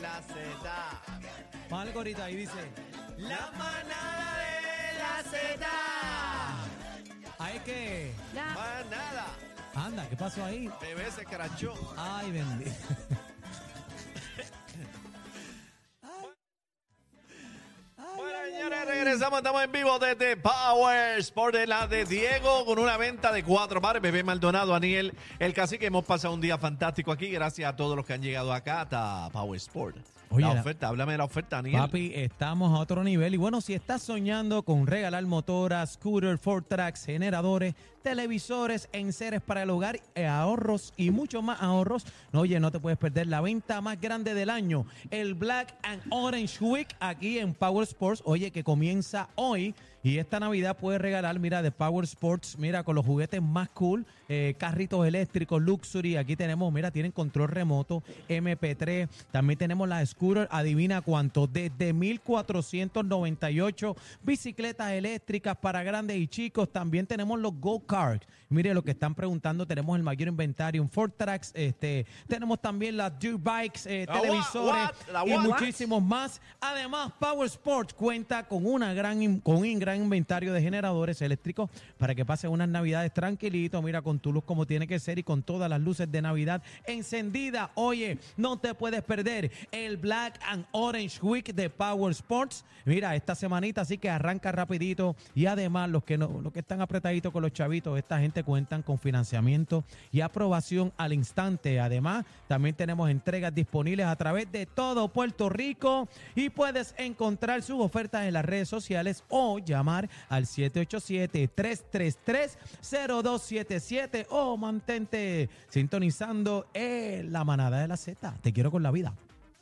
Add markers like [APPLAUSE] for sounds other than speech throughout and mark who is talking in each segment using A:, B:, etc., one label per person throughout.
A: la Z.
B: Pon el corito ahí, dice.
A: La manada de la Z.
B: Ay, que.
C: La,
A: Manada.
B: Anda, ¿qué pasó ahí?
A: Bebé se crachó.
B: Ay, bendito.
A: Bueno, señores, regresamos. Estamos en vivo desde Power Sport de la de Diego con una venta de cuatro pares. Bebé Maldonado, Aniel, el cacique. Hemos pasado un día fantástico aquí. Gracias a todos los que han llegado acá hasta Power Sport.
B: Oye,
A: la
B: la-
A: oferta, háblame de la oferta, Aniel.
B: Papi, estamos a otro nivel. Y bueno, si estás soñando con regalar motoras, scooter, four tracks, generadores, televisores, enseres para el hogar, eh, ahorros y mucho más ahorros, no, oye, no te puedes perder la venta más grande del año, el Black and Orange Week aquí en Power Sports. Oye, que comienza hoy. Y esta Navidad puedes regalar, mira, de Power Sports, mira, con los juguetes más cool, eh, carritos eléctricos, luxury. Aquí tenemos, mira, tienen control remoto, MP3. También tenemos las scooters, adivina cuánto, desde 1498. Bicicletas eléctricas para grandes y chicos. También tenemos los go-karts. Mire lo que están preguntando, tenemos el mayor inventario, un Ford Tracks, este, tenemos también las dirt bikes, eh,
A: La what,
B: televisores
A: what, la
B: y
A: what.
B: muchísimos muchísimos más. Además, Power Sports cuenta con, una gran, in- con un gran inventario de generadores eléctricos para que pases unas navidades tranquilito. Mira, con tu luz como tiene que ser y con todas las luces de Navidad encendidas. Oye, no te puedes perder el Black and Orange Week de Power Sports. Mira, esta semanita así que arranca rapidito. Y además, los que, no, los que están apretaditos con los chavitos, esta gente cuentan con financiamiento y aprobación al instante. Además, también tenemos entregas disponibles a través de todo Puerto Rico y puedes encontrar sus ofertas en las redes sociales o llamar al 787-333-0277 o mantente sintonizando en la manada de la Z. Te quiero con la vida.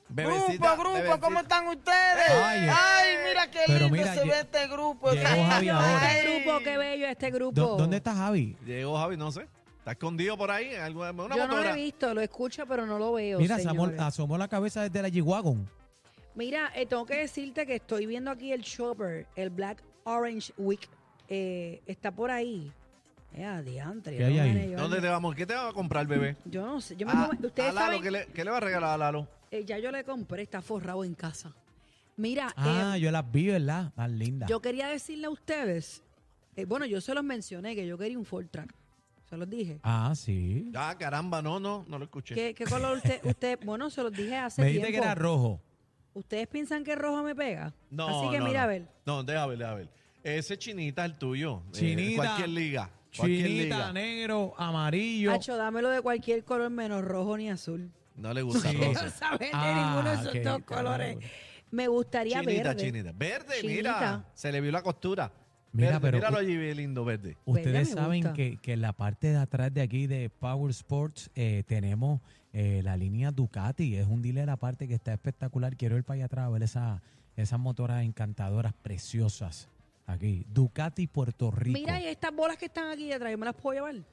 A: Bebecita,
D: grupo, grupo,
A: bebecita.
D: ¿cómo están ustedes?
B: Ay. eh.
D: Ay, mira qué
B: Pero
D: lindo
B: mira,
D: se
B: lle-
D: ve este grupo.
B: llegó
D: Ay,
B: Javi ahora.
D: ay.
C: este grupo, qué bello este grupo.
B: ¿Dó- ¿Dónde está Javi?
A: Llegó Javi, no sé. Está escondido por ahí en alguna en una
C: Yo no lo
A: motora.
C: he visto, lo escucho, pero no lo veo.
B: Mira, asomó,
C: señores.
B: asomó la cabeza desde la G-Wagon.
C: Mira, eh, tengo que decirte que estoy viendo aquí el shopper, el Black Orange Week. eh, está por ahí. Eh, adiantre.
B: ¿Qué
C: no,
B: hay ahí?
C: nene, yo-
A: ¿Dónde te vamos? ¿Qué te Ah, va a comprar, bebé?
C: Yo no sé. Yo me
A: A-
C: como-
A: a
C: ustedes
A: Lalo,
C: saben,
A: ¿qué, le, ¿qué le va a regalar a Lalo?
C: eh, ya yo le compré, está forrado en casa. Mira,
B: Ah,
C: eh,
B: yo las vi, ¿verdad? Más linda.
C: yo quería decirle a ustedes, eh, bueno, yo se los mencioné que yo quería un Ford Track. Se los dije.
B: Ah, sí.
A: Ah, caramba, no, no, no lo escuché.
C: ¿Qué, qué color usted, usted- Bueno, se los dije
B: [LAUGHS]
C: hace
B: Me
C: tiempo.
B: dijiste que era rojo.
C: ¿Ustedes piensan que rojo me pega?
A: No,
C: Así que
A: no,
C: mira,
A: no.
C: a ver.
A: No, deja ver, deja ver. Ese chinita es el tuyo. Eh,
B: Chinita.
A: cualquier liga. Cualquier
B: Chinita,
A: liga.
B: negro, amarillo.
C: Hacho, dámelo de cualquier color menos rojo ni azul.
A: No le gusta
B: Sí.
A: rosa.
C: [LAUGHS] No saben de
B: Ah,
C: ninguno de esos
B: ok,
C: dos
B: caramba.
C: colores. Me gustaría
A: Chinita,
C: verde.
A: chinita. Verde, mira.
C: Chinita.
A: Se le vio la costura.
B: Mira,
A: Verde,
B: pero-
A: Míralo allí, bien lindo, verde.
B: Ustedes
C: Verde me
B: saben
C: gusta.
B: que, que en la parte de atrás de aquí de Power Sports eh, tenemos eh, la línea Ducati. Es un dealer aparte que está espectacular. Quiero ir para allá atrás a ver esa- esas motoras encantadoras preciosas. Aquí, Ducati Puerto Rico.
C: Mira, y estas bolas que están aquí detrás, ¿yo ¿me las puedo llevar?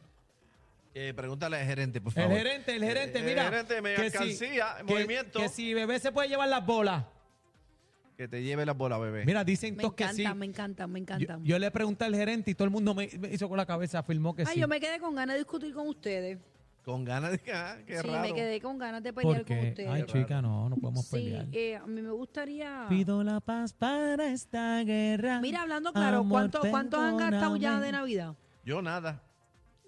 A: Eh, pregúntale al gerente, por
B: el
A: favor.
B: gerente, el gerente,
A: Eh,
B: mira.
A: El gerente, me alcancía, en
B: que-
A: movimiento.
B: Que,
A: Que,
B: si bebé se puede llevar las bolas.
A: te lleve la bola, bebé.
B: Mira, dicen
C: Me
B: todos que
C: encantan,
B: sí.
C: me encantan, me
B: Yo,
C: encantan.
B: yo le pregunté al gerente y todo el mundo me, me hizo con la cabeza, afirmó que
C: Ay,
B: sí.
C: yo me quedé con ganas de discutir con ustedes.
A: Con ganas de. Ah, qué
C: sí,
A: raro.
C: me quedé con ganas de pelear con
B: Porque,
C: ustedes.
B: ay,
A: Qué raro.
B: chica, no, no podemos
C: sí,
B: pelear.
C: eh, a mí me gustaría...
B: Pido la paz para esta guerra.
C: Mira, hablando claro,
B: Amor,
C: ¿cuánto- ¿cuántos han gastado ya
B: perdóname.
C: de Navidad?
A: Yo nada.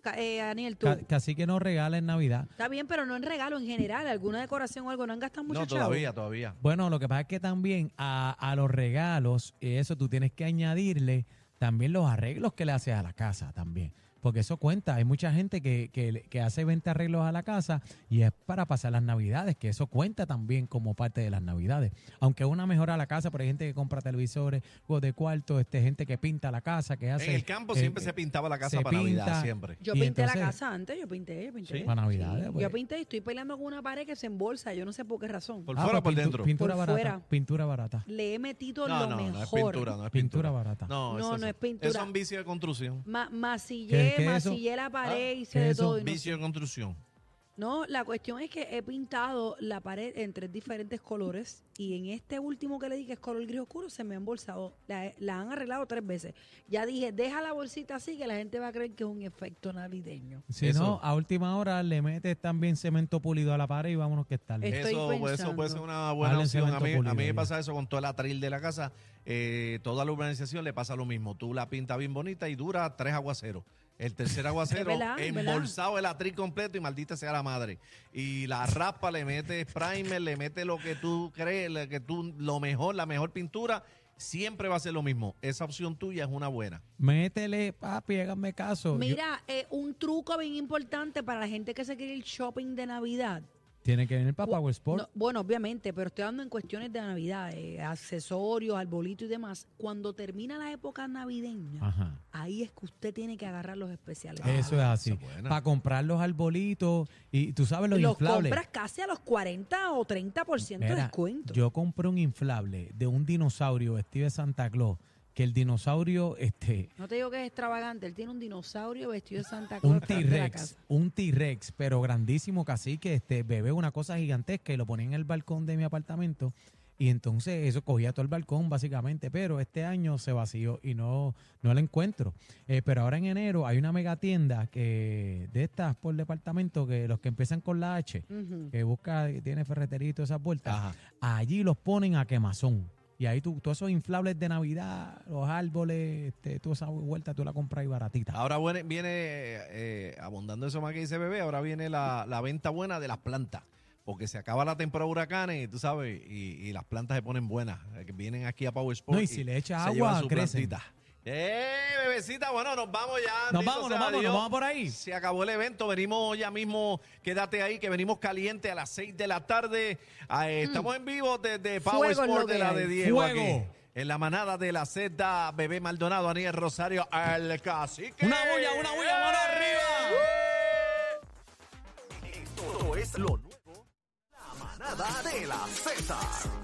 C: Ca- Eh, Daniel, tú.
B: Ca- Casi que no regala en Navidad.
C: Está bien, pero no en regalo, en general, alguna decoración o algo. ¿No han gastado mucho
A: No,
C: chavo?
A: todavía, todavía.
B: Bueno, lo que pasa es que también a, a los regalos, eh, eso tú tienes que añadirle también los arreglos que le haces a la casa también. Porque eso cuenta. Hay mucha gente que, que- que hace 20 arreglos a la casa y es para pasar las navidades, que eso cuenta también como parte de las navidades. Aunque una mejora a la casa, pero hay gente que compra televisores, juegos de cuarto, este, gente que pinta la casa, que hace...
A: en el campo
B: eh,
A: siempre
B: eh,
A: se pintaba la casa
B: se
A: para Navidad,
B: pinta.
A: siempre.
C: Yo
B: Y
C: pinté la
B: entonces-
C: casa antes, yo pinté, yo pinté.
B: Sí, para Navidades, pues.
C: Yo pinté y estoy peleando con una pared que se embolsa, yo no sé por qué razón.
A: Por
B: Ah,
A: fuera o por
B: pues, pintu-
A: dentro.
B: Pintura
C: Por
B: barata.
C: fuera.
B: Pintura barata.
C: Le he metido
A: No,
C: lo
A: no,
C: mejor.
A: no es pintura, no es pintura.
B: Pintura barata.
A: No,
C: No,
A: eso
C: no
A: sí.
C: es pintura.
A: Eso es un vicio de construcción.
C: Ma-
B: ¿Qué
C: masillé,
B: es- qué es eso? Ah,
C: masillé la pared,
B: ¿qué
C: hice
B: es
C: de
B: eso?
C: todo. y no sé.
A: Vicio de construcción.
C: No, la cuestión es que he pintado la pared en tres diferentes colores y en este último que le di, que es color gris oscuro, se me ha embolsado. La, he- la han arreglado tres veces. Ya dije, deja la bolsita así que la gente va a creer que es un efecto navideño.
B: Si
A: Eso.
B: no, a última hora le metes también cemento pulido a la pared y vámonos que es tarde.
C: Eh, Estoy
A: Eso, pues, eso
C: pensando.
A: puede ser una buena
B: Dale
A: opción. A
B: cemento
A: mí,
B: pulido
A: a mí me
B: ya.
A: pasa eso con todo el atril de la casa. Eh, toda la urbanización le pasa lo mismo. Tú la pintas bien bonita y dura tres aguaceros. El
B: [LAUGHS]
A: tercer aguacero,
C: Es verdad, es verdad.
A: embolsado el atril completo y maldita sea la madre. Y la raspa, le metes primer, le metes lo que tú crees, lo que tú, lo mejor, la mejor pintura. Siempre va a ser lo mismo. Esa opción tuya es una buena.
B: Métele, papi, hágame caso. Yo-
C: Mira, eh, un truco bien importante para la gente que se quiere ir shopping de Navidad.
B: tiene que venir para
C: Bu-
B: Power Sport.
C: no, bueno, obviamente, pero estoy hablando en cuestiones de Navidad, eh, accesorios, arbolito y demás. Cuando termina la época navideña,
B: Ajá.
C: ahí es que usted tiene que agarrar los especiales.
B: Ah. Eso es
A: esa
B: así.
A: es buena.
B: Para comprar los arbolitos y tú sabes los,
C: los
B: inflables.
C: compras casi a los 40 o 30% de
B: Mira,
C: descuento.
B: Yo compré un inflable de un dinosaurio vestido de Santa Claus. Que el dinosaurio, este,
C: no te digo que es extravagante, él tiene un dinosaurio vestido de Santa Claus.
B: un
C: detrás de la
B: T-Rex,
C: casa.
B: un T-Rex, pero grandísimo casi que este bebé, una cosa gigantesca, y lo ponía en el balcón de mi apartamento. Y entonces eso cogía todo el balcón, básicamente. Pero este año se vació y no, no lo encuentro. Eh, pero ahora en enero hay una mega tienda que, de estas por departamento, que los que empiezan con la H,
C: Ujú.
B: que busca, que tiene ferretería y todas esas vueltas, allí los ponen a quemazón. Y ahí tú, todos esos inflables de Navidad, los árboles, este, toda esa vuelta tú la compras y baratita.
A: Ahora bueno, viene, eh, abundando eso más que dice bebé, ahora viene la, la venta buena de las plantas. Porque se acaba la temporada de huracanes, tú sabes, y, y las plantas se ponen buenas. eh, que Vienen aquí a Power Sport.
B: No, y si le echas
A: se
B: agua,
A: llevan su
B: crecen.
A: plantita. ¡Eh, bebecita! Bueno, nos vamos ya.
B: Nos
A: bendito
B: vamos,
A: sea
B: nos vamos,
A: Dios.
B: nos vamos por ahí.
A: Se acabó el evento, venimos ya mismo, quédate ahí, que venimos caliente a las 6 de la tarde. Ah,
B: Mm.
A: eh, Estamos en vivo desde Power
C: Fuego es lo
A: Sport de
C: que
A: la
C: hay.
A: de Diego.
B: Fuego.
A: aquí, en la manada de la Z, Bebé Maldonado, Aniel Rosario, el cacique.
B: Una bulla, una bulla, mano arriba.
E: Esto es lo nuevo. La manada de la Z.